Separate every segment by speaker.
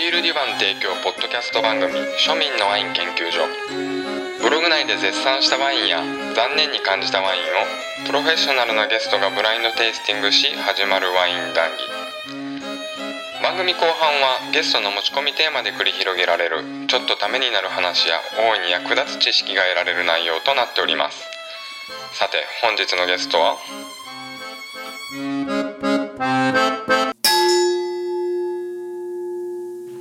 Speaker 1: 提供ポッドキャスト番組「庶民のワイン研究所」ブログ内で絶賛したワインや残念に感じたワインをプロフェッショナルなゲストがブラインドテイスティングし始まるワイン談義番組後半はゲストの持ち込みテーマで繰り広げられるちょっとためになる話や大いに役立つ知識が得られる内容となっておりますさて本日のゲストは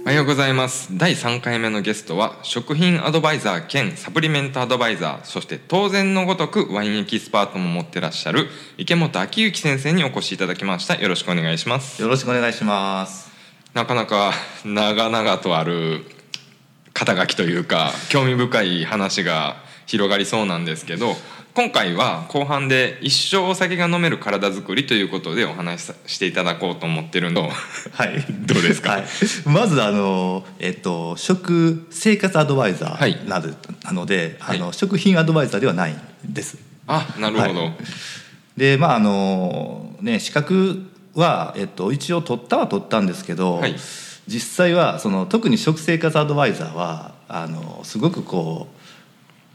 Speaker 1: おはようございます第3回目のゲストは食品アドバイザー兼サプリメントアドバイザーそして当然のごとくワインエキスパートも持ってらっしゃる池本昭之先生にお越しいただきましたよろしくお願いします
Speaker 2: よろしくお願いします。
Speaker 1: なかなか長々とある肩書きというか興味深い話が広がりそうなんですけど今回は後半で一生お酒が飲める体づくりということでお話しさしていただこうと思ってるの
Speaker 2: はい。
Speaker 1: どうですか
Speaker 2: はい、まずあのえっと食生活アドバイザ
Speaker 1: はい
Speaker 2: ーなどなので、
Speaker 1: はい
Speaker 2: あの食品アドバイザーではないんです。
Speaker 1: あなるほど、
Speaker 2: はいでまああのね資格はえっと一応取ったは取ったんですけど、
Speaker 1: はい
Speaker 2: 実際はその特に食生活アドバイザーはあのすごくこう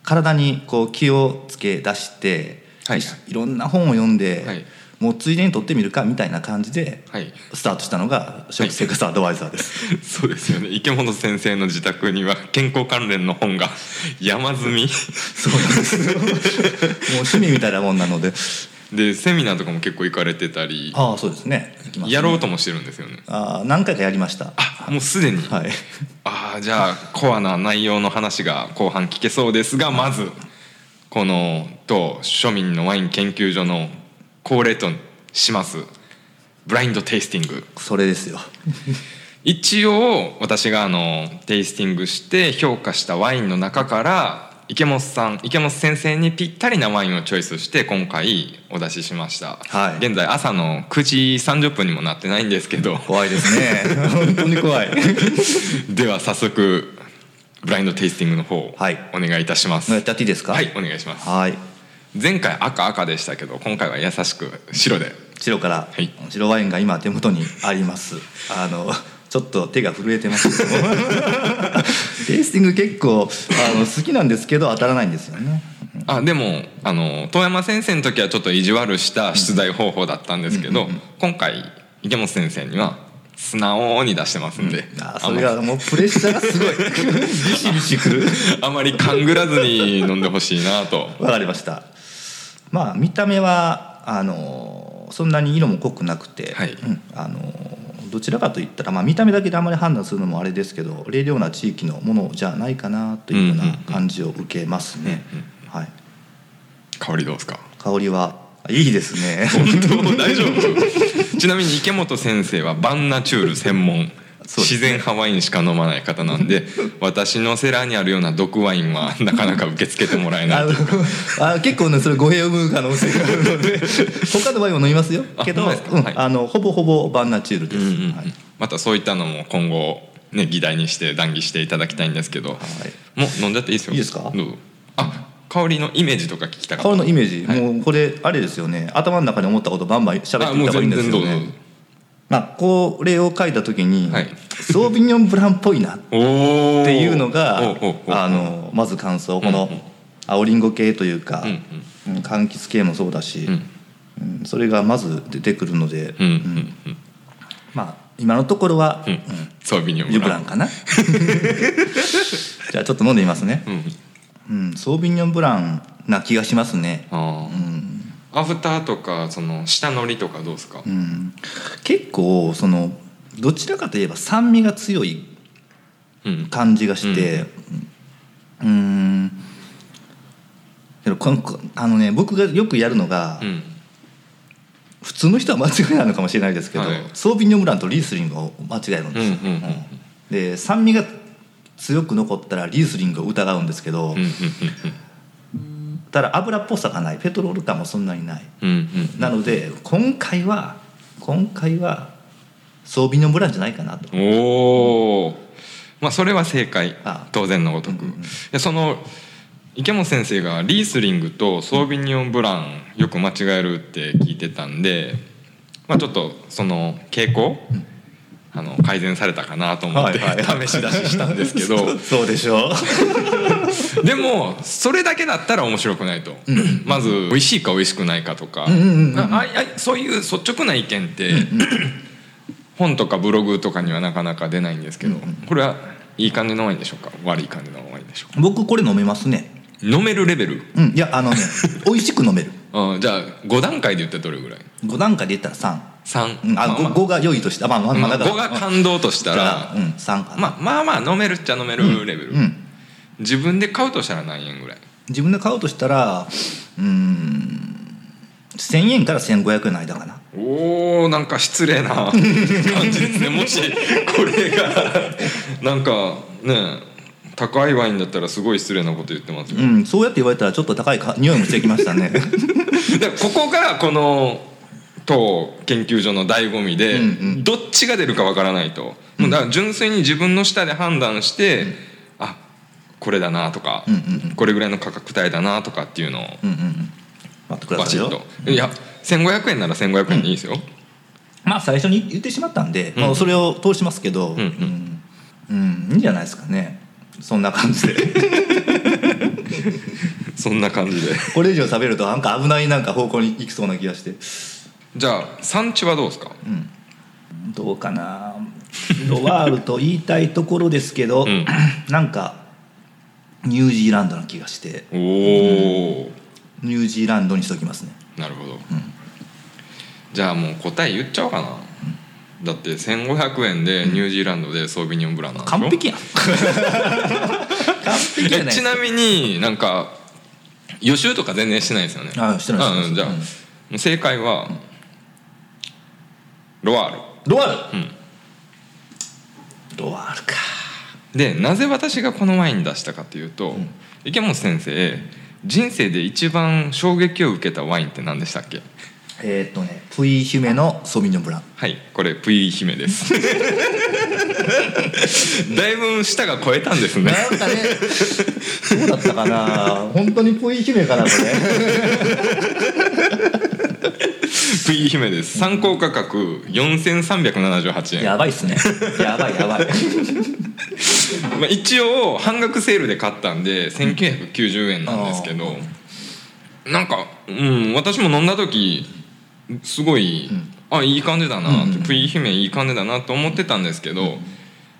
Speaker 2: 体にこう気をつけ出して、
Speaker 1: はい
Speaker 2: しいろんな本を読んで、
Speaker 1: はい
Speaker 2: もうついでに取ってみるかみたいな感じで。
Speaker 1: はい
Speaker 2: スタートしたのが食生活アドバイザーです。
Speaker 1: そうですよね池本先生の自宅には健康関連の本が山積み
Speaker 2: そうなんです。 もう趣味みたいなもんなので。
Speaker 1: でセミナーとかも結構行かれてたり
Speaker 2: ああ、そうですね。行きますね
Speaker 1: やろうともしてるんですよね
Speaker 2: ああ、何回かやりました。
Speaker 1: あもうすでに、
Speaker 2: はい。
Speaker 1: ああじゃあコアな内容の話が後半聞けそうですがまずこの当庶民のワイン研究所の恒例としますブラインドテイスティング
Speaker 2: それですよ。
Speaker 1: 一応私があのテイスティングして評価したワインの中から池本さん池本先生にぴったりなワインをチョイスして今回お出ししました、
Speaker 2: はい
Speaker 1: 現在朝の9時30分にもなってないんですけど
Speaker 2: 怖いですね。 本当に怖い。
Speaker 1: では早速ブラインドテイスティングの方お
Speaker 2: はい
Speaker 1: 願いいたします、
Speaker 2: やってやっていいですか。
Speaker 1: はい、お願いします。
Speaker 2: はい。
Speaker 1: 前回赤赤でしたけど、今回は優しく白で。
Speaker 2: 白から、
Speaker 1: はい
Speaker 2: 白ワインが今手元にあります。あの。ちょっと手が震えてますけど テイスティング結構あの好きなんですけど当たらないんですよね
Speaker 1: あ、でも、あの遠山先生の時はちょっと意地悪した出題方法だったんですけど、今回池本先生には。素直に出してますんで、
Speaker 2: あー
Speaker 1: あ
Speaker 2: そ
Speaker 1: んま
Speaker 2: れ
Speaker 1: り
Speaker 2: がもうプレッシャーがすごい ビシビシくる
Speaker 1: あまり勘ぐらずに飲んでほしいなと
Speaker 2: わかりましたまあ見た目はあのそんなに色も濃くなくて、
Speaker 1: はい
Speaker 2: うんあのどちらかといったら、まあ、見た目だけであまり判断するのもあれですけど冷涼な地域のものじゃないかなというよう
Speaker 1: うんうん
Speaker 2: な感じを受けますね、はい、
Speaker 1: 香りどうですか
Speaker 2: 香りはいいですね
Speaker 1: 本当大丈夫ちなみに池本先生はバンナチュール専門、
Speaker 2: そうです
Speaker 1: 自然派ワインしか飲まない方なんで私のセラーにあるような毒ワインはなかなか受け付けてもらえない
Speaker 2: あ
Speaker 1: という
Speaker 2: のあ結構ねそれ語弊を生む可能性があるの で他のワインも飲みますよ
Speaker 1: あ
Speaker 2: けど
Speaker 1: ほんまですか
Speaker 2: うん
Speaker 1: はい
Speaker 2: あのほぼほぼバンナチュールです、
Speaker 1: うんうんうん
Speaker 2: はい
Speaker 1: またそういったのも今後、ね、議題にして談義していただきたいんですけど、もう飲んじゃっていいですよ
Speaker 2: いいですか
Speaker 1: どうぞあ香りのイメージとか聞きたか
Speaker 2: 香
Speaker 1: っ
Speaker 2: りのイメージ、
Speaker 1: はい
Speaker 2: もうこれあれですよね頭の中に思ったことバンバン
Speaker 1: た
Speaker 2: 喋っ
Speaker 1: あ
Speaker 2: てい
Speaker 1: も
Speaker 2: っ
Speaker 1: う
Speaker 2: た方がいいん
Speaker 1: 全
Speaker 2: です
Speaker 1: 然ど
Speaker 2: よ
Speaker 1: うぞ、
Speaker 2: ねまあこう例を書いた時に、
Speaker 1: はい
Speaker 2: ソービニョンブランっぽいなっ
Speaker 1: おー
Speaker 2: ていうの が
Speaker 1: おうおうおう
Speaker 2: あのまず感想
Speaker 1: んう
Speaker 2: こ
Speaker 1: ん
Speaker 2: の青りんご系というか、
Speaker 1: うん
Speaker 2: うん柑橘系もそうだし、
Speaker 1: うん
Speaker 2: うんそれがまず出てくるので、
Speaker 1: うんうん
Speaker 2: まあ今のところは、
Speaker 1: う
Speaker 2: う
Speaker 1: う
Speaker 2: ん
Speaker 1: んんソービニョン
Speaker 2: ユブラン かなじゃあちょっと飲んでみますね、
Speaker 1: うん
Speaker 2: うん、ソービニョンブランな気がしますね
Speaker 1: あー
Speaker 2: うん
Speaker 1: アフターとかその下のりとかどうですか、
Speaker 2: うん結構そのどちらかといえば酸味が強い
Speaker 1: うん
Speaker 2: 感じがしてうんんけどこのこあのね僕がよくやるのが、
Speaker 1: うん
Speaker 2: 普通の人は間違いなのかもしれないですけど、
Speaker 1: はい
Speaker 2: ソービニョンブランとリースリングを間違えるん
Speaker 1: うんう
Speaker 2: です
Speaker 1: ん
Speaker 2: よ、で酸味が強く残ったらリースリングを疑うんですけ
Speaker 1: うん
Speaker 2: ど、
Speaker 1: うんうん
Speaker 2: ただ油っぽさがないペトロール感もそんなにない
Speaker 1: うんうん
Speaker 2: なので今回は今回はソービニョンブランじゃないかなと
Speaker 1: おお、まあそれは正解
Speaker 2: あ
Speaker 1: 当然のごとく、
Speaker 2: うんうんうん
Speaker 1: いやその池本先生がリースリングとソービニョンブランよく間違えるって聞いてたんで、まあ、ちょっとその傾向、あの改善されたかなと思って、
Speaker 2: はい はいはい
Speaker 1: 試し出ししたんですけど
Speaker 2: そうでしょう
Speaker 1: でもそれだけだったら面白くないと、まず美味しいか美味しくないかとか、
Speaker 2: んうんうん
Speaker 1: あああそういう率直な意見って、本とかブログとかにはなかなか出ないんですけど、これはいい感じのワインでしょうか悪い感じのワインでしょうか
Speaker 2: 僕これ飲めますね
Speaker 1: 飲めるレベル
Speaker 2: うんいや あのね美味しく飲める
Speaker 1: うんじゃあ5段階で言ったらどれぐらい
Speaker 2: 5段階で言ったら3
Speaker 1: 3、
Speaker 2: うん、あ、
Speaker 1: まあまあ
Speaker 2: 5が良いとしてあまあまあまあ
Speaker 1: まあ
Speaker 2: だから
Speaker 1: 5が感動としたら、
Speaker 2: うん、3かな、
Speaker 1: まあ、まあまあ飲めるっちゃ飲めるレベル、
Speaker 2: うん、
Speaker 1: 自分で買うとしたら何円ぐらい
Speaker 2: 自分で買うとしたらうーん1000円から1500円の間かな
Speaker 1: おーなんか失礼な感じです ねもしこれがなんかね高いワインだったらすごい失礼なこと言ってますよ、
Speaker 2: うんそうやって言われたらちょっと高いか匂いもしてきました ね
Speaker 1: でここがこの当研究所の醍醐味で、
Speaker 2: うんうん
Speaker 1: どっちが出るかわからないと、もうだから純粋に自分の舌で判断して、あこれだなとか、
Speaker 2: うんうん
Speaker 1: これぐらいの価格帯だなとかっていうのを
Speaker 2: うんうんうん待ってくだ
Speaker 1: バ
Speaker 2: さ
Speaker 1: シ
Speaker 2: い
Speaker 1: ッ
Speaker 2: よ
Speaker 1: といや1500円なら1500円でいいですよ、
Speaker 2: まあ最初に言ってしまったんで、まあ、それを通しますけど、うんんうんいいんじゃないですかねそんな感じで
Speaker 1: そんな感じで
Speaker 2: これ以上食べるとなんか危ないなんか方向に行きそうな気がして
Speaker 1: じゃあ産地はどうですか、
Speaker 2: どうかなロワールと言いたいところですけど、
Speaker 1: ん
Speaker 2: なんかニュージーランドな気がして
Speaker 1: おお、
Speaker 2: ニュージーランドにしときますね
Speaker 1: なるほど、じゃあもう答え言っちゃおうかな、だって1500円でニュージーランドでソービニョンブランなんでしょ
Speaker 2: 完璧やん完璧じゃ
Speaker 1: え
Speaker 2: ない
Speaker 1: ちなみになんか予習とか全然してないですよね
Speaker 2: あしてないしてない
Speaker 1: うんじゃあ、正解はロワー
Speaker 2: ロワール、ロワールか
Speaker 1: ルでなぜ私がこのワイン出したかというと、池本先生人生で一番衝撃を受けたワインって何でしたっけ
Speaker 2: えーっとねプイ姫のソミニョンブラン
Speaker 1: はいこれプイ姫です だいぶ舌が超えたんですね
Speaker 2: なんかね、 どうだったかな、本当に恋姫かな、これ。
Speaker 1: プイ姫です参考価格4378円
Speaker 2: やばいっすね。やばい、やばい。
Speaker 1: まあ、一応半額セールで買ったんで1990円なんですけどなんか、うん、私も飲んだ時すごい、あいい感じだなって、プイ姫いい感じだなと思ってたんですけど、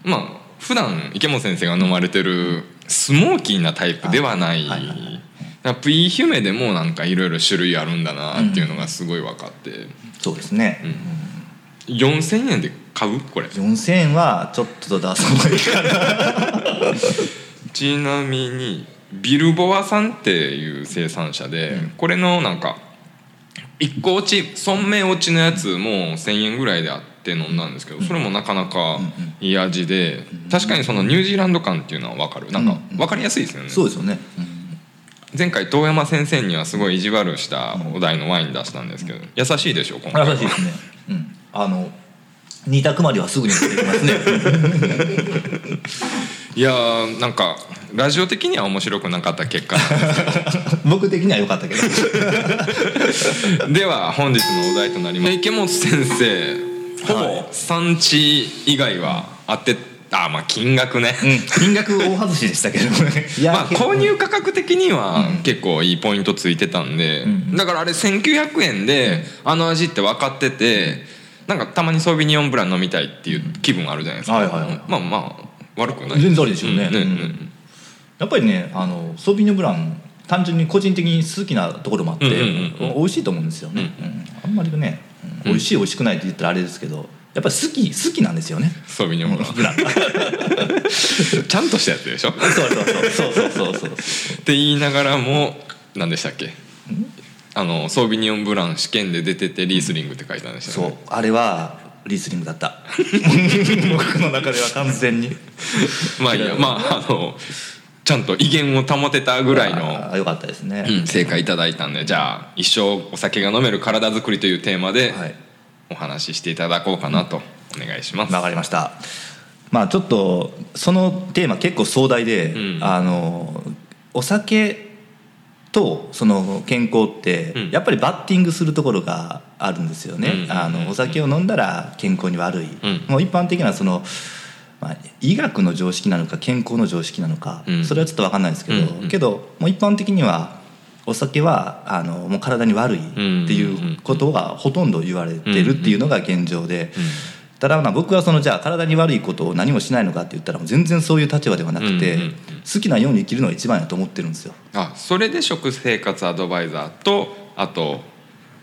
Speaker 1: まあ普段池本先生が飲まれてるスモーキーなタイプではない。
Speaker 2: はいはいはい
Speaker 1: だからプイ姫でもなんかいろいろ種類あるんだなっていうのがすごい分かって、
Speaker 2: そうですね。
Speaker 1: 4,000円で買うこれ
Speaker 2: 四千円はちょっと出す方がいいかな。
Speaker 1: ちなみにビルボアさんっていう生産者で、これのなんか一個落ち損名落ちのやつも1,000円ぐらいであって飲んだんですけどそれもなかなかいい味で確かにそのニュージーランド感っていうのは分かるなんか分かりやすいですよね
Speaker 2: そうですよね。
Speaker 1: 前回遠山先生にはすごい意地悪したお題のワイン出したんですけど優しいでしょ今回
Speaker 2: 優しいですね。うん、あの。二択まではすぐに持ってき ますね。
Speaker 1: いやーなんかラジオ的には面白くなかった結果なんですけど
Speaker 2: 僕的には良かったけど。
Speaker 1: では本日のお題となります池本先生ほ
Speaker 2: はい
Speaker 1: ぼ産地以外は当てあまあ金額ね、
Speaker 2: 金額大外しでしたけどね。いや
Speaker 1: まあ、購入価格的には結構いいポイントついてたんで、だからあれ1900円であの味って分かっててなんかたまにソービニオンブラン飲みたいっていう気分あるじゃないですか、
Speaker 2: はいはいはい
Speaker 1: まあまあ悪くない
Speaker 2: 全然ありでしょうね
Speaker 1: んね
Speaker 2: うん
Speaker 1: ね
Speaker 2: やっぱりねあのソービニョブラン単純に個人的に好きなところもあって、
Speaker 1: うんうん
Speaker 2: 美味しいと思うんですよね、うんあんまりね、うん、美味しい美味しくないって言ったらあれですけどやっぱり好き好きなんですよね
Speaker 1: ソービニオンブラン
Speaker 2: ブラン
Speaker 1: ちゃんとしたやつでしょ
Speaker 2: そうそうそうそうそうそうそう
Speaker 1: って言いながらも何でしたっけあのソービニオンブラン試験で出ててリースリングって書いてあるんでした
Speaker 2: そ
Speaker 1: よ
Speaker 2: う
Speaker 1: ね
Speaker 2: あれはリスニングだった 僕の中では完全 に
Speaker 1: まあいいやまああのちゃんと威厳を保てたぐらいの、
Speaker 2: あーよかったですね、
Speaker 1: うん正解いただいたんでじゃあ一生お酒が飲める体づくりというテーマで
Speaker 2: はい
Speaker 1: お話ししていただこうかなとお願いします。
Speaker 2: わかりましたまあちょっとそのテーマ結構壮大で、
Speaker 1: うん
Speaker 2: あのお酒とその健康って
Speaker 1: うん
Speaker 2: やっぱりバッティングするところがあるんですよ
Speaker 1: う
Speaker 2: ね、
Speaker 1: ん
Speaker 2: あのお酒を飲んだら健康に悪い、
Speaker 1: うん
Speaker 2: もう一般的なその、まあ、医学の常識なのか健康の常識なのか、
Speaker 1: うん
Speaker 2: それはちょっと分かんないんですけど、
Speaker 1: うんうん
Speaker 2: けどもう一般的にはお酒はあのもう体に悪いっていうことがほとんど言われてるっていうのが現状で。ただまあ僕はそのじゃあ体に悪いことを何もしないのかって言ったらもう全然そういう立場ではなくて、
Speaker 1: うんうんうん
Speaker 2: 好きなように生きるのが一番やと思ってるん ですよ。
Speaker 1: あそれで食生活アドバイザーとあと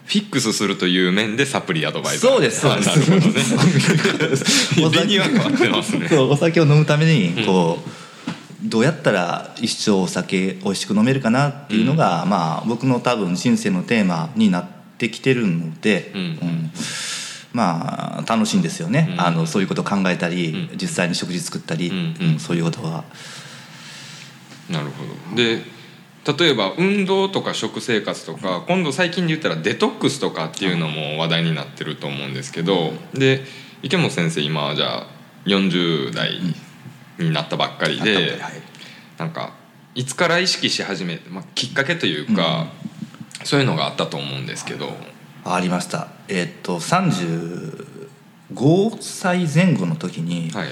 Speaker 1: フィックスするという面でサプリアドバイザー
Speaker 2: そうですそうです
Speaker 1: あなるほどね
Speaker 2: お酒
Speaker 1: 理には変わってますね
Speaker 2: そうお酒を飲むためにこう、どうやったら一生お酒美味しく飲めるかなっていうのが、まあ僕の多分人生のテーマになってきてるので、
Speaker 1: うん
Speaker 2: まあ楽しいんですよね、
Speaker 1: うん
Speaker 2: あのそういうことを考えたり、
Speaker 1: うん
Speaker 2: 実際に食事作ったり、
Speaker 1: うんうん
Speaker 2: うんそういうことは。
Speaker 1: なるほどで例えば運動とか食生活とか今度最近で言ったらデトックスとかっていうのも話題になってると思うんですけどで池本先生今じゃあ40代になったばっかりで、なんかいつから意識し始めて、まあ、きっかけというか、そういうのがあったと思うんですけど、
Speaker 2: ありましたえっと35歳前後の時に、
Speaker 1: はい、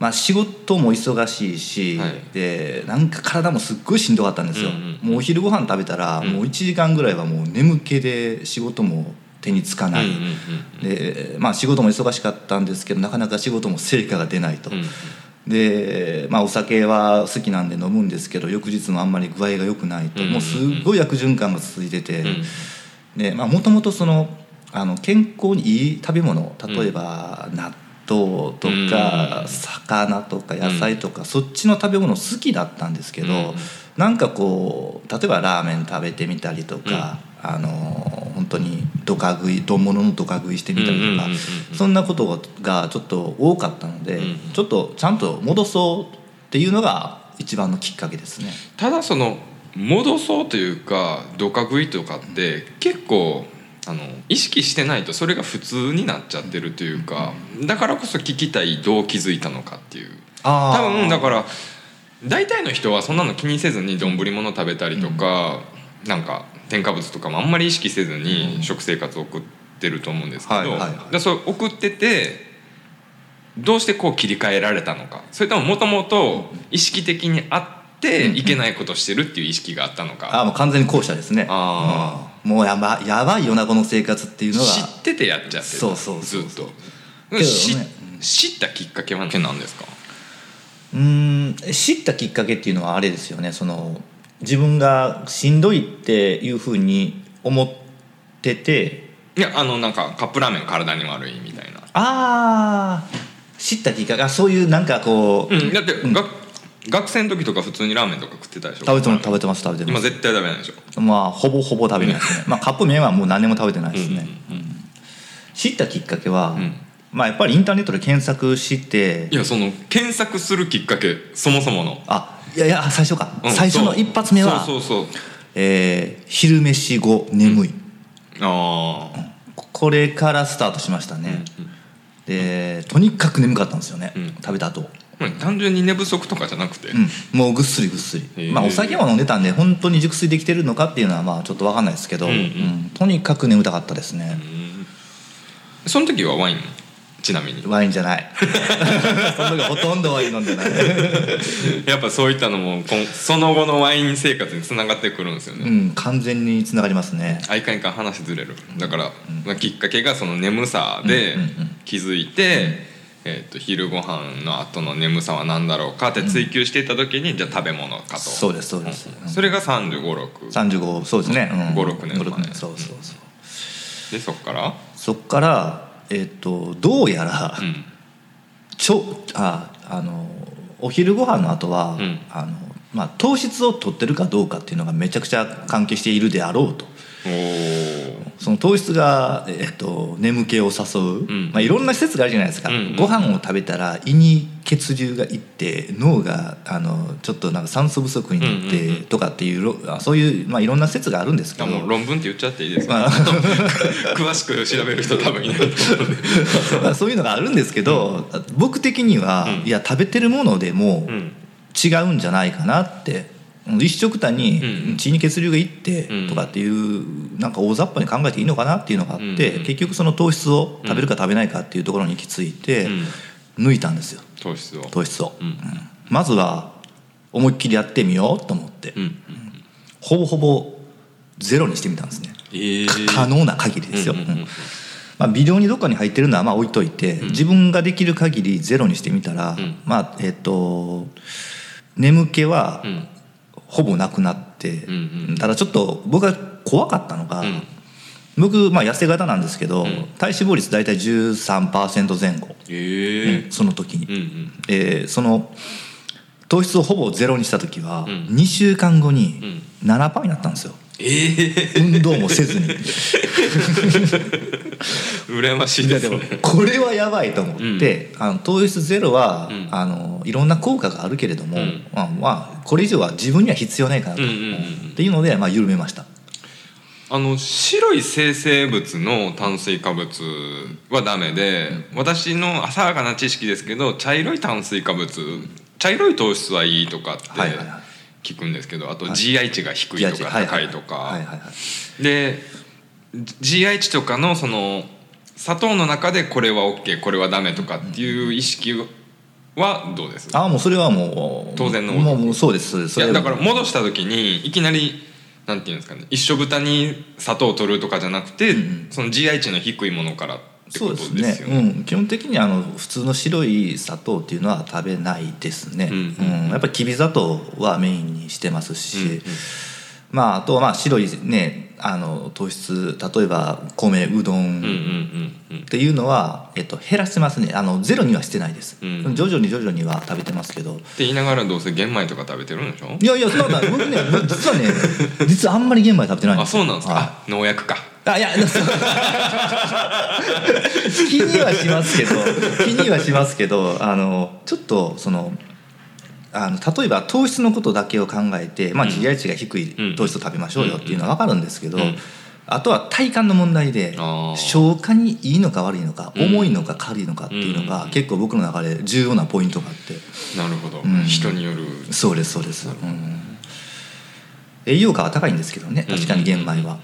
Speaker 2: まあ、仕事も忙しいし、
Speaker 1: はい
Speaker 2: でなんか体もすっごいしんどかったんですよ、
Speaker 1: うんうん
Speaker 2: もうお昼ご飯食べたら、
Speaker 1: うん
Speaker 2: もう1時間ぐらいはもう眠気で仕事も手につかない、
Speaker 1: うんうんうん
Speaker 2: でまあ、仕事も忙しかったんですけどなかなか仕事も成果が出ないと、
Speaker 1: うん
Speaker 2: で、まあ、お酒は好きなんで飲むんですけど翌日もあんまり具合が良くないと、
Speaker 1: うんうんうん
Speaker 2: もうすっごい悪循環が続いてて、
Speaker 1: うん
Speaker 2: でまあもともとそのあの健康にいい食べ物例えば納豆とか、
Speaker 1: うん
Speaker 2: 魚とか野菜とか、そっちの食べ物好きだったんですけど、
Speaker 1: うん
Speaker 2: なんかこう例えばラーメン食べてみたりとか、あの本当にドカ食い丼物のドカ食いしてみたりとか、
Speaker 1: うんうんうんうん
Speaker 2: そんなことがちょっと多かったので、
Speaker 1: うん
Speaker 2: ちょっとちゃんと戻そうっていうのが一番のきっかけですね。
Speaker 1: ただその戻そうというかドカ食いとかって結構あの意識してないとそれが普通になっちゃってるというかだからこそ聞きたいどう気づいたのかっていう
Speaker 2: あ
Speaker 1: 多分だ
Speaker 2: ら
Speaker 1: から大体の人はそんなの気にせずに丼物食べたりとか、なんか添加物とかもあんまり意識せず
Speaker 2: うん
Speaker 1: に食生活を送ってると思うんですけど、
Speaker 2: はいはいはい
Speaker 1: だからそれ送っててどうしてこう切り替えられたのかそれとももともと意識的にあっていけないことしてるっていう意識があったの
Speaker 2: あ
Speaker 1: か、
Speaker 2: ーもう完全に後者ですね
Speaker 1: あ
Speaker 2: うんもうやばやばいよなこの生活っていうのが
Speaker 1: 知っててやっちゃってた
Speaker 2: そうそうそうそう
Speaker 1: ずっと、
Speaker 2: けどね
Speaker 1: し
Speaker 2: うん
Speaker 1: 知ったきっかけは何ですか
Speaker 2: うーん知ったきっかけっていうのはあれですよねその自分がしんどいっていうふうに思ってて
Speaker 1: いやあのなんかカップラーメン体に悪いみたいな
Speaker 2: ああ知ったきっかけあそういうなんかこう、
Speaker 1: うん、だって、が学生の時とか普通にラーメンとか食ってたでしょ
Speaker 2: 食べても食べてます食べてま
Speaker 1: 今
Speaker 2: す
Speaker 1: 絶対食べないでしょ
Speaker 2: まあほぼほぼ食べないですね、まあカップ麺はもう何年も食べてないですね、知ったきっかけは、
Speaker 1: ん
Speaker 2: まあやっぱりインターネットで検索して
Speaker 1: いやその検索するきっかけそもそもの、
Speaker 2: あいやいや最初か、
Speaker 1: うん
Speaker 2: 最初の
Speaker 1: そう
Speaker 2: 一発目は
Speaker 1: そうそうそう
Speaker 2: えー昼飯後眠い、
Speaker 1: ああ
Speaker 2: これからスタートしましたね、でとにかく眠かったんですよね、
Speaker 1: うん
Speaker 2: 食べた後、
Speaker 1: 単純に寝不足とかじゃなくて、
Speaker 2: うん、もうぐっすりぐっす
Speaker 1: へ
Speaker 2: り、
Speaker 1: ー
Speaker 2: まあ、お酒も飲んでたんで本当に熟睡できてるのかっていうのはまあちょっと分かんないですけど、
Speaker 1: うんうん
Speaker 2: うんとにかく眠たかったですね、
Speaker 1: その時はワインちなみに
Speaker 2: ワインじゃない その時ほとんどワイン飲んでない
Speaker 1: やっぱそういったのもこんその後のワイン生活につながってくるんですよね、
Speaker 2: うん完全につながりますね
Speaker 1: あいかんいかん話ずれるだから、まあきっかけがその眠さで気づいて、えー、と昼ご飯の後の眠さは何だろうかって追求していた時に、じゃあ食べ物かと
Speaker 2: そうですそうです、
Speaker 1: んそれが3 5 6
Speaker 2: 35そうですね、うん、
Speaker 1: 5 6年前
Speaker 2: 5 6年そうそうそう
Speaker 1: でそっから、
Speaker 2: そっからえっとどうやら、
Speaker 1: うん
Speaker 2: ちょああのお昼ご飯の後は、
Speaker 1: うん
Speaker 2: あのまあ、糖質を取ってるかどうかっていうのがめちゃくちゃ関係しているであろうと
Speaker 1: おー
Speaker 2: その糖質が、えっと、眠気を誘う、
Speaker 1: ん
Speaker 2: まあ、いろんな施設があるじゃないですか、
Speaker 1: うんうん
Speaker 2: ご飯を食べたら胃に血流がいって脳があのちょっとなんか酸素不足になっ
Speaker 1: うんうん
Speaker 2: てとかっていうろ、あそういう、まあ、いろんな施設があるんですけ
Speaker 1: あ
Speaker 2: ど
Speaker 1: もう論文って言っちゃっていいですか、
Speaker 2: まあ
Speaker 1: 詳しく調べる人多分いないと思うんで
Speaker 2: まあそういうのがあるんですけど、僕的には、いや食べてるものでも、
Speaker 1: うん
Speaker 2: 違うんじゃないかなって一食単に血に血流がいってとかっていうなんか大雑把に考えていいのかなっていうのがあって結局その糖質を食べるか食べないかっていうところに行き着いて抜いたんですよ
Speaker 1: 糖質を
Speaker 2: 糖質を、うんまずは思いっきりやってみようと思って、ほぼほぼゼロにしてみたんですね、
Speaker 1: えー、
Speaker 2: 可能な限りですよ、まあ、微量にどっかに入ってるのはまあ置いといて、自分ができる限りゼロにしてみたら、まあえっ、と眠気はほぼなくなって、ただちょっと僕が怖かったのが、僕、まあ、痩せ型なんですけど、体脂肪率大体13%前後、
Speaker 1: えー
Speaker 2: その時に、うその糖質をほぼゼロにした時は、う2週間後に7%になったんですよ、
Speaker 1: えー、
Speaker 2: 運動もせず に
Speaker 1: 羨ましいですね
Speaker 2: これはやばいと思って、うん、あの糖質ゼロは、うん、あのいろんな効果があるけれども、うん、まあ、まあ、これ以上は自分には必要ないかなと、っていうので、まあ、緩めました
Speaker 1: あの白い生成物の炭水化物はダメで、私の浅はかな知識ですけど茶色い炭水化物茶色い糖質はいいとかって、はいはいはい聞くんですけどあと GI 値が低いとか高いとかで GI 値とかのその砂糖の中でこれは OK これはダメとかっていう意識はどうです
Speaker 2: あもうそれはも
Speaker 1: う当然の
Speaker 2: もうそうです
Speaker 1: それだから戻した時にいきなりなんていうんですかね一緒豚に砂糖を取るとかじゃなくて、うん、その GI 値の低いものから
Speaker 2: そうですね、ね、うん、基本的にあの普通の白い砂糖っていうのは食べないですね、うん、うんうん、やっぱりきび砂糖はメインにしてますし、うんうん、まあ、あとはまあ白いねあの糖質例えば米うどんっていうのは、えっと、減らしてますねあのゼロにはしてないです、うん、徐々に徐々には食べてますけどって
Speaker 1: 言いながらどうせ玄米とか食べてるんでしょ
Speaker 2: いやいやそんなこと僕ね実はね実はあんまり玄米食べてないんです
Speaker 1: あそうなんですか、はい、農薬か
Speaker 2: あいや 気にはしますけど気にはしますけどあのちょっとそのあの例えば糖質のことだけを考えて、まあ、GI 値が低い糖質を食べましょうよっていうのは分かるんですけど、あとは体感の問題で消化にいいのか悪いのか、重いのか軽いのかっていうのが結構僕の中で重要なポイントがあって、
Speaker 1: なるほど、うん、人による
Speaker 2: そうですそうです、うん、栄養価は高いんですけどね確かに玄米は、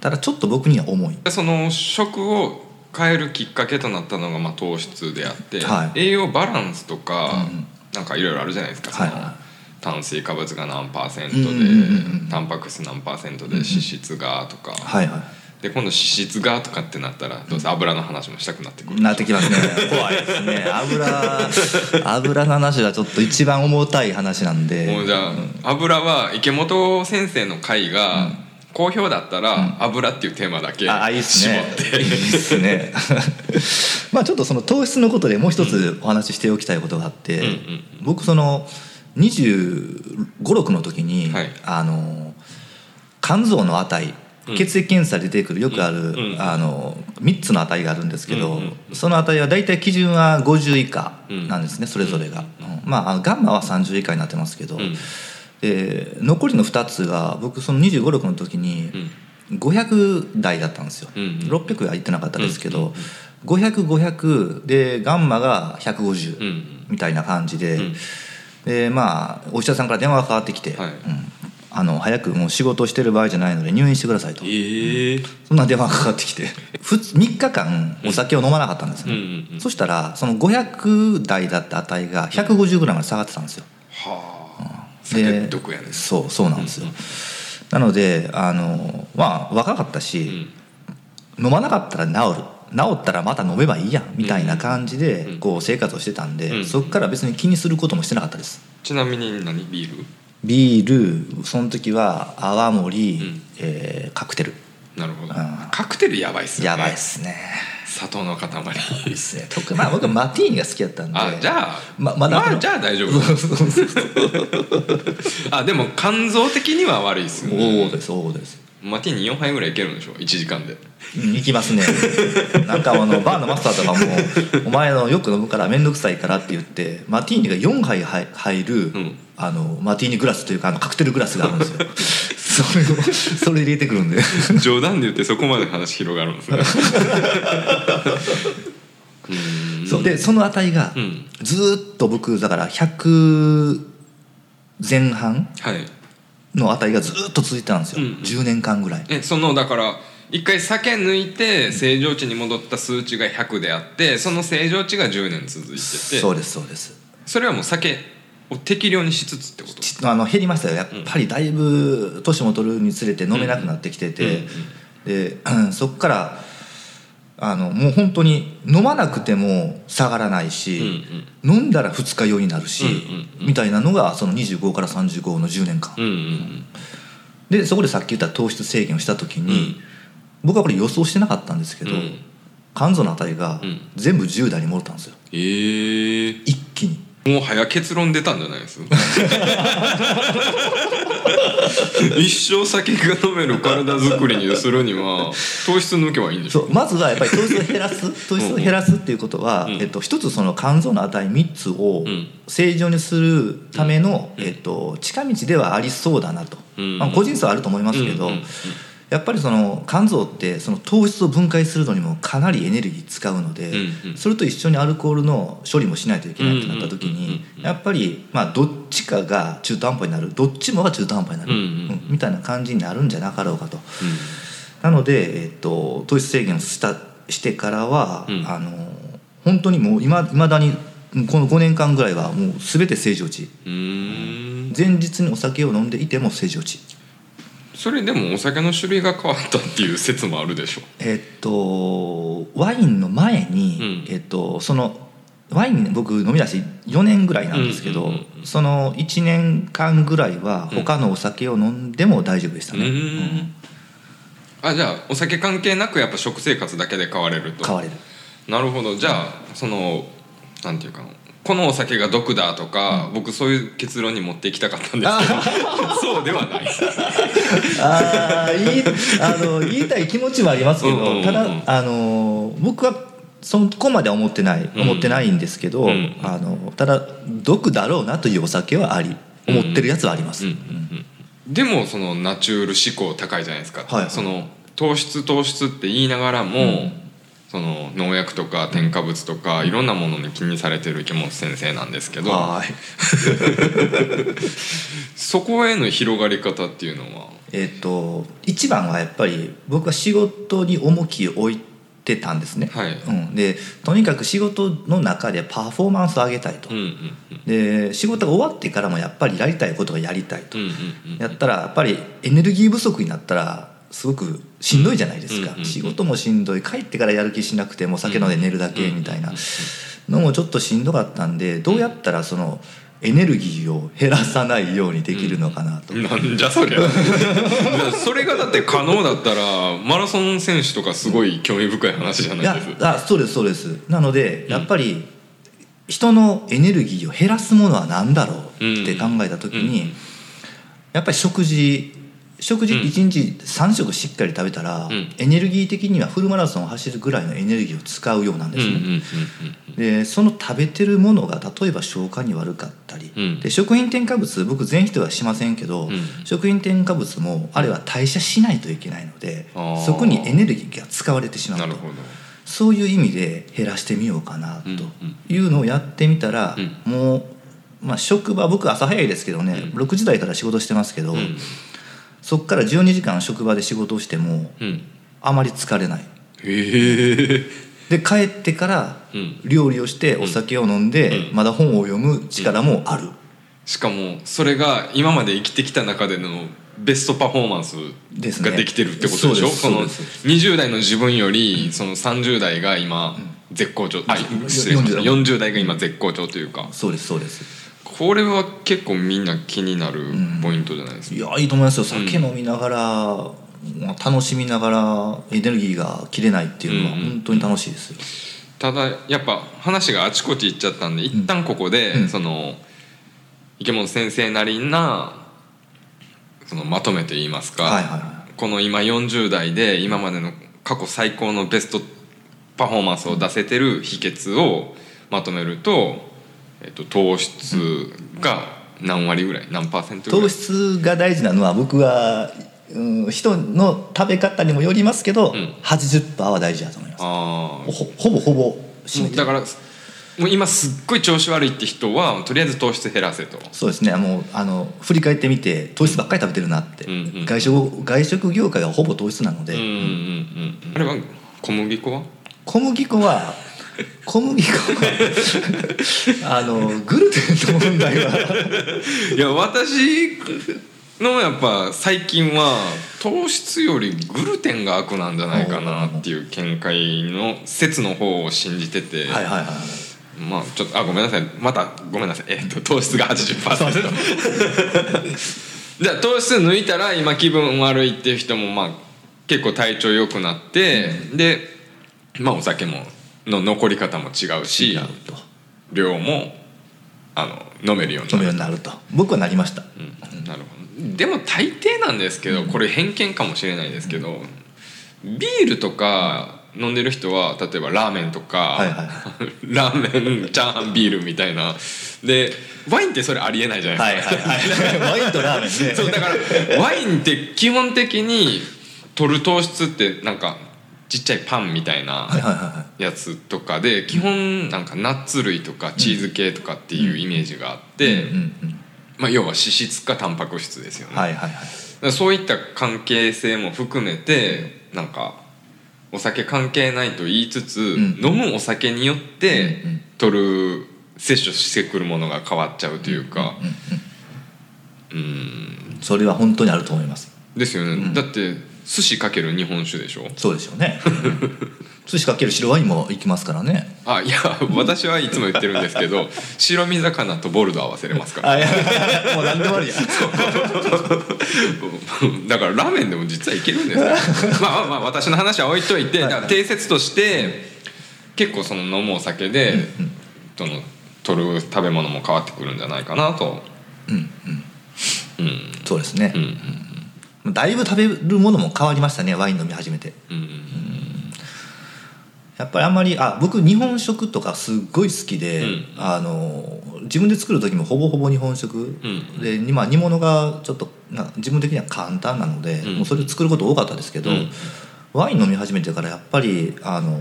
Speaker 2: ただちょっと僕には重い
Speaker 1: その食を変えるきっかけとなったのがまあ糖質であって、はい、栄養バランスとか、うんなんかいろいろあるじゃないですか、はいはい、炭水化物が何パーセントで、タンパク質何パーセントで脂質がとか、、
Speaker 2: はいはい
Speaker 1: で今度脂質がとかってなったらどうせ油の話もしたくなってくる
Speaker 2: なってきますね怖いですね油油の話はちょっと一番重たい話なんで
Speaker 1: もうじゃあ、油は池本先生の回が、好評だったら油っていうテーマだけ絞って、うん、あいいっすね。
Speaker 2: いいすね まあちょっとその糖質のことでもう一つお話ししておきたいことがあって、僕その2 5 6の時に、はい、あの肝臓の値血液検査で出てくるよくある、あの3つの値があるんですけど、その値は大体基準は50以下なんですね、それぞれが。まあガンマは30以下になってますけど、えー、残りの2つが僕その2 5 6の時に500台だったんですよ、うんうん、600はいってなかったですけど、うんうん、500500でガンマが150みたいな感じで、うんうん、でまあお医者さんから電話がかかってきて、はいうん、あの早くもう仕事をしてる場合じゃないので入院してくださいと、
Speaker 1: えー、
Speaker 2: そんな電話がかかってき て3日間お酒を飲まなかったんですね、そしたらその500台だった値が150ぐらいまで下がってたんですよ。
Speaker 1: はあ
Speaker 2: で
Speaker 1: 毒やね
Speaker 2: そうそうなんですよ、なのであのまあ若かったし、飲まなかったら治る治ったらまた飲めばいいやんみたいな感じでこう生活をしてたんで、そこから別に気にすることもしてなかったです
Speaker 1: ちなみに何ビール
Speaker 2: ビールその時は泡盛、うえカクテル
Speaker 1: なるほど、カクテルやばいっすね
Speaker 2: やばいっすね
Speaker 1: 砂糖の塊
Speaker 2: ですね特まあ僕マティーニが好きだったんで
Speaker 1: あじゃあ
Speaker 2: ままだ、
Speaker 1: まあ、じゃあ大丈夫 あでも肝臓的には悪いっす
Speaker 2: ねそうですそうです
Speaker 1: マティーニ4杯ぐらいいけるんでしょ1時間で、
Speaker 2: うん、いきますねなんかあのバーのマスターとかも「お前のよく飲むから面倒くさいから」って言ってマティーニが4杯入る、うん、あのマティーニグラスというかあのカクテルグラスがあるんですよ それをそれ入れてくるんで
Speaker 1: 冗談で言ってそこまで話広がるん ですね
Speaker 2: そうでその値がずっと僕だから100前半の値がずっと続いてたんですよ、
Speaker 1: うんうん
Speaker 2: 10年間ぐらい
Speaker 1: えそのだから一回酒抜いて正常値に戻った数値が100であってその正常値が10年続いてて
Speaker 2: そうですそうです
Speaker 1: それはもう酒を適量にしつつってこと
Speaker 2: ちあの減りましたよやっぱりだいぶ年も取るにつれて飲めなくなってきてて、で、 うんそっからあのもう本当に飲まなくても下がらないし、飲んだら二日酔いになるし、みたいなのがその25から35の10年間、
Speaker 1: うんうんうん
Speaker 2: でそこでさっき言った糖質制限をした時に、僕はこれ予想してなかったんですけど、
Speaker 1: うん
Speaker 2: 肝臓の値が
Speaker 1: うん
Speaker 2: 全部10代に戻ったんですよ
Speaker 1: ええ
Speaker 2: 一気に。
Speaker 1: もう早結論出たんじゃないです一生酒が飲める体作りにするには糖質抜けばいいんでしょ
Speaker 2: そうまずはやっぱり糖質を減らす糖質を減らすっていうことは、
Speaker 1: ん
Speaker 2: えっと、一つその肝臓の値3つを
Speaker 1: ん
Speaker 2: 正常にするための、えっと、近道ではありそうだなと、
Speaker 1: うん
Speaker 2: まあ、個人差はあると思いますけど、
Speaker 1: うんうんうん
Speaker 2: やっぱりその肝臓ってその糖質を分解するのにもかなりエネルギー使うので、
Speaker 1: うんうん
Speaker 2: それと一緒にアルコールの処理もしないといけないってなった時
Speaker 1: うんうんうん
Speaker 2: にやっぱりまあどっちかが中途半端になるどっちもが中途半端になる、
Speaker 1: うんうん
Speaker 2: うんみたいな感じになるんじゃなかろうかと。なので、えっと糖質制限をしたしてからは、
Speaker 1: うん
Speaker 2: あの本当にもういまだにこの5年間ぐらいはもう全て正常値
Speaker 1: うーん
Speaker 2: 前日にお酒を飲んでいても正常値
Speaker 1: それでもお酒の種類が変わったっていう説もあるでしょ
Speaker 2: えっとワインの前に、
Speaker 1: うん
Speaker 2: えっとそのワイン僕飲み出して4年ぐらいなんですけど、
Speaker 1: うんうんうんう
Speaker 2: その1年間ぐらいは他のお酒を飲んでも大丈夫でした
Speaker 1: う
Speaker 2: ね、
Speaker 1: ーんあじゃあお酒関係なくやっぱ食生活だけで変われると
Speaker 2: 変われ る
Speaker 1: なるほどじゃあそのなんていうかこのお酒が毒だとか、僕そういう結論に持っていきたかったんですけど そうではない
Speaker 2: あー言いあの言いたい気持ちもありますけど、
Speaker 1: うんうんうん
Speaker 2: ただあの僕はそこまでは思ってない
Speaker 1: ん
Speaker 2: 思ってないんですけど、
Speaker 1: うん
Speaker 2: あのただ毒だろうなというお酒はあり思ってるやつはあります、
Speaker 1: でもそのナチュール志向高いじゃないですか、
Speaker 2: はい
Speaker 1: その糖質糖質って言いながらも、その農薬とか添加物とかいろんなものに気にされてる池本先生なんですけど
Speaker 2: はい
Speaker 1: そこへの広がり方っていうのは
Speaker 2: えっ、と一番はやっぱり僕は仕事に重きを置いてたんですね、
Speaker 1: はい
Speaker 2: うん、でとにかく仕事の中でパフォーマンスを上げたいと、
Speaker 1: うんうん
Speaker 2: で仕事が終わってからもやっぱりやりたいことがやりたいと
Speaker 1: うんうん
Speaker 2: やったらやっぱりエネルギー不足になったらすごくしんどいじゃないです
Speaker 1: うん
Speaker 2: か
Speaker 1: うん
Speaker 2: 仕事もしんどい帰ってからやる気しなくてもう酒飲んで寝るだけみたいなのもちょっとしんどかったんでどうやったらそのエネルギーを減らさないようにできるのかなと
Speaker 1: うんなんじゃそりゃじゃあ それがだって可能だったらマラソン選手とかすごい興味深い話じゃ
Speaker 2: い
Speaker 1: ない
Speaker 2: や
Speaker 1: ですか
Speaker 2: あそうですそうですなのでやっぱり人のエネルギーを減らすものは何だろうって考えた時
Speaker 1: うん
Speaker 2: にやっぱり食事食事
Speaker 1: うん
Speaker 2: 1日3食しっかり食べたら
Speaker 1: ん
Speaker 2: エネルギー的にはフルマラソンを走るぐらいのエネルギーを使うようなんですね。でその食べてるものが例えば消化に悪かったり、
Speaker 1: うん
Speaker 2: で食品添加物僕全否定はしませんけど、
Speaker 1: ん
Speaker 2: 食品添加物もあれは代謝しないといけないので、
Speaker 1: あー
Speaker 2: そこにエネルギーが使われてしまう
Speaker 1: な
Speaker 2: と
Speaker 1: るほど
Speaker 2: そういう意味で減らしてみようかなというのをやってみたら、もう、まあ、職場僕朝早いですけどね、6時台から仕事してますけど、
Speaker 1: ん
Speaker 2: そっから12時間職場で仕事をしても
Speaker 1: うん
Speaker 2: あまり疲れない。
Speaker 1: へえ
Speaker 2: で帰ってから
Speaker 1: うん
Speaker 2: 料理をしてお酒を飲んで、まだ本を読む力もある、
Speaker 1: しかもそれが今まで生きてきた中でのベストパフォーマンス
Speaker 2: ですね
Speaker 1: ができてるってことでし
Speaker 2: そう
Speaker 1: ょ
Speaker 2: です
Speaker 1: その
Speaker 2: そうです
Speaker 1: 20代の自分よりその30代が今絶好調あ失礼しました
Speaker 2: 40
Speaker 1: 40代が今絶好調というか
Speaker 2: そうですそうです
Speaker 1: これは結構みんな気になるポイントじゃないですか
Speaker 2: いやいいと思いますよ酒飲みながら、まあ楽しみながらエネルギーが切れないっていうのは
Speaker 1: うんうん
Speaker 2: 本当に楽しいですよ、
Speaker 1: ただやっぱ話があちこち行っちゃったんで一旦ここで、その池本先生なりなそのまとめて言いますか、
Speaker 2: はいはいは
Speaker 1: この今40代で今までの過去最高のベストパフォーマンスを出せてる秘訣をまとめると、えっと、糖質が何割ぐらい何パーセントぐら
Speaker 2: 糖
Speaker 1: い
Speaker 2: 質が大事なのは僕は、うん、人の食べ方にもよりますけど、
Speaker 1: ん
Speaker 2: 80%は大事だと思います
Speaker 1: あー
Speaker 2: ほほぼほぼ占めてる
Speaker 1: だからもう今すっごい調子悪いって人はとりあえず糖質減らせと
Speaker 2: そうですねもうあの振り返ってみて糖質ばっかり食べてるなって、
Speaker 1: うんうんうん
Speaker 2: 外食外食業界はほぼ糖質なので、
Speaker 1: うんうんうんうんあれは小麦粉は
Speaker 2: 小麦 粉は小麦粉 はあのグルテンの問題はい
Speaker 1: や私のやっぱ最近は糖質よりグルテンが悪なんじゃないかなっていう見解の説の方を信じてて、
Speaker 2: はいはいはいはい
Speaker 1: まあちょっとあごめんなさいまたごめんなさいえっと糖質が80%じゃあ糖質抜いたら今気分悪いっていう人もまあ結構体調良くなって、でまあお酒もの残り方も違うし
Speaker 2: 違うと
Speaker 1: 量もあの飲めるようにな
Speaker 2: 飲む
Speaker 1: る
Speaker 2: ようになると僕はなりました
Speaker 1: うんなるほどでも大抵なんですけどこれ偏見かもしれないですけどビールとか飲んでる人は例えばラーメンとか、
Speaker 2: はいはい
Speaker 1: ラーメンチャーハンビールみたいなでワインってそれありえないじゃな
Speaker 2: はいい
Speaker 1: で
Speaker 2: はい
Speaker 1: すか、
Speaker 2: はいワインとラーメンね
Speaker 1: そうだからワインって基本的に取る糖質ってなんかちっちゃいパンみたいな
Speaker 2: はいはいはいはい
Speaker 1: やつとかで基本なんかナッツ類とかチーズ系とかっていうイメージがあって、
Speaker 2: うんうん
Speaker 1: まあ、要は脂質かタンパク質ですよね。
Speaker 2: はいはいはい
Speaker 1: だからそういった関係性も含めてなんかお酒関係ないと言いつつ、
Speaker 2: ん
Speaker 1: 飲むお酒によって
Speaker 2: うんうん
Speaker 1: 取る摂取してくるものが変わっちゃうというか、うん
Speaker 2: それは本当にあると思います
Speaker 1: ですよね、だって寿司かける日本酒でしょ
Speaker 2: そうでしょう ね寿司かける白ワインもいきますからね
Speaker 1: あいや私はいつも言ってるんですけど白身魚とボルド合わせれますから
Speaker 2: あいやもう何でもありや
Speaker 1: だからラーメンでも実はいけるんです よまあまあまあ私の話は置いといてだから定説として結構その飲むお酒で、その取る食べ物も変わってくるんじゃないかなとうん
Speaker 2: そうですね
Speaker 1: うんう、ん
Speaker 2: だいぶ食べるものも変わりましたねワイン飲み始めて
Speaker 1: うんうん
Speaker 2: やっぱりあんまりあ僕日本食とかすっごい好きで、
Speaker 1: うん
Speaker 2: あの自分で作る時もほぼほぼ日本食、で今煮物がちょっとな自分的には簡単なので、
Speaker 1: ん
Speaker 2: もうそれを作ること多かったですけど、
Speaker 1: うん
Speaker 2: ワイン飲み始めてからやっぱりあの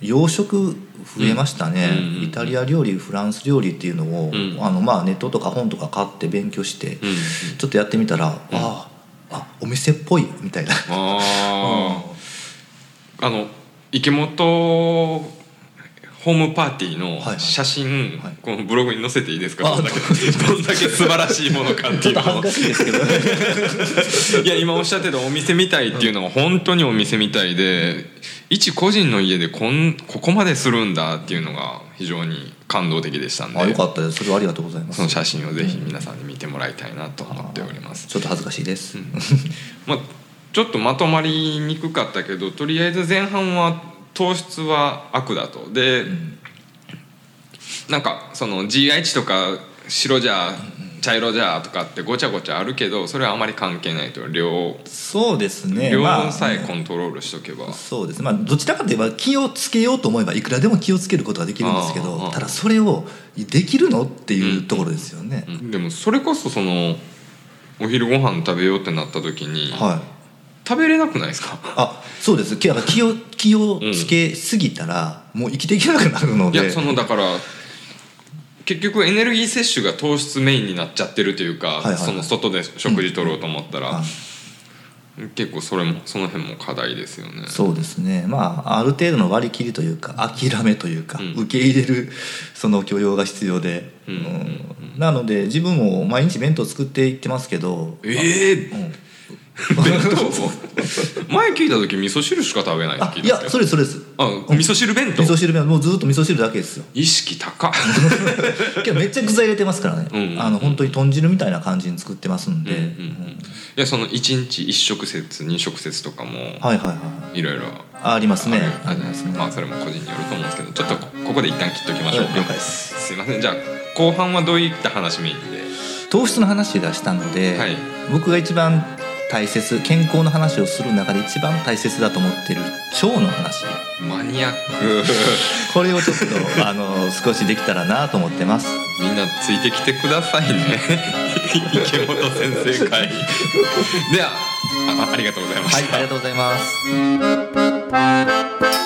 Speaker 2: 洋食増えましたね、
Speaker 1: うん
Speaker 2: イタリア料理フランス料理っていうのを、
Speaker 1: ん
Speaker 2: あのまあ、ネットとか本とか買って勉強して、
Speaker 1: うん
Speaker 2: ちょっとやってみたら、あああお店っぽいみたいな。
Speaker 1: あーあの池本ホームパーティーの
Speaker 2: はいはい
Speaker 1: 写真、
Speaker 2: はい
Speaker 1: このブログに載せていいですか
Speaker 2: あ
Speaker 1: どんだけどんだけ素晴らしいものかって
Speaker 2: ちょ
Speaker 1: い
Speaker 2: っ
Speaker 1: うの
Speaker 2: と
Speaker 1: を
Speaker 2: 恥ずかしいですけ ど
Speaker 1: いや今おっしゃってたお店みたいっていうのは本当にお店みたいで一個人の家でこんここまでするんだっていうのが非常に感動的でしたんで
Speaker 2: あよかったですそれはありがとうございます
Speaker 1: その写真をぜひ皆さんに見てもらいたいなと思っております。
Speaker 2: ちょっと恥ずかしいです、
Speaker 1: まあ、ちょっとまとまりにくかったけどとりあえず前半は糖質は悪だとで、なんかその GI 値とか白じゃ茶色じゃとかってごちゃごちゃあるけどそれはあまり関係ないと量
Speaker 2: そうですね
Speaker 1: 量
Speaker 2: まあ
Speaker 1: さえコントロールしとけば、
Speaker 2: そうですまあどちらかといえば気をつけようと思えばいくらでも気をつけることができるんですけ
Speaker 1: あーあ
Speaker 2: ど
Speaker 1: ー
Speaker 2: ただそれをできるのっていうところですよね、
Speaker 1: でもそれこそそのお昼ご飯食べようってなった時に、
Speaker 2: はい
Speaker 1: 食べれなくないですか
Speaker 2: あそうです気気を気をつけすぎたら、もう生きていけなくなるの
Speaker 1: い
Speaker 2: で
Speaker 1: やそのだから結局エネルギー摂取が糖質メインになっちゃってるというか、
Speaker 2: いはいはい
Speaker 1: その外で食事取ろうと思ったら
Speaker 2: は、
Speaker 1: 結構それもその辺も課題ですよね。
Speaker 2: そうですねまあある程度の割り切りというか諦めというか、
Speaker 1: うん
Speaker 2: 受け入れるその許容が必要で、
Speaker 1: うんうん
Speaker 2: うんなので自分も毎日弁当作っていってますけど
Speaker 1: ええ
Speaker 2: う
Speaker 1: ー、
Speaker 2: ん
Speaker 1: 弁 当前聞いた時味噌汁しか食べない
Speaker 2: あ
Speaker 1: って聞い
Speaker 2: い
Speaker 1: たん
Speaker 2: や
Speaker 1: です
Speaker 2: そ
Speaker 1: け
Speaker 2: れですそれです
Speaker 1: どあ味噌汁弁当
Speaker 2: 味噌汁もうずっと味噌汁だけですよ
Speaker 1: 意識高
Speaker 2: けどめっちゃ具材入れてますからね、
Speaker 1: うんうん
Speaker 2: あの本当に豚汁みたいな感じに作ってますんで、
Speaker 1: うんうんうんいやその一日一食説二食説とかも
Speaker 2: はいはいはい
Speaker 1: いろいろ
Speaker 2: あありますね
Speaker 1: あるじゃないですかまあそれも個人によると思うんですけどちょっとこここで一旦切っときましょうか
Speaker 2: 了解です
Speaker 1: すいませんじゃあ後半はどういった話メインで
Speaker 2: 糖質の話がしたので、
Speaker 1: はい
Speaker 2: 僕が一番大切健康の話をする中で一番大切だと思ってる腸の話
Speaker 1: マニアック
Speaker 2: これをちょっとあの少しできたらなと思ってます
Speaker 1: みんなついてきてください ね池本先生会ではあありがとうございまし
Speaker 2: は
Speaker 1: た、
Speaker 2: いありがとうございま
Speaker 1: 「
Speaker 2: す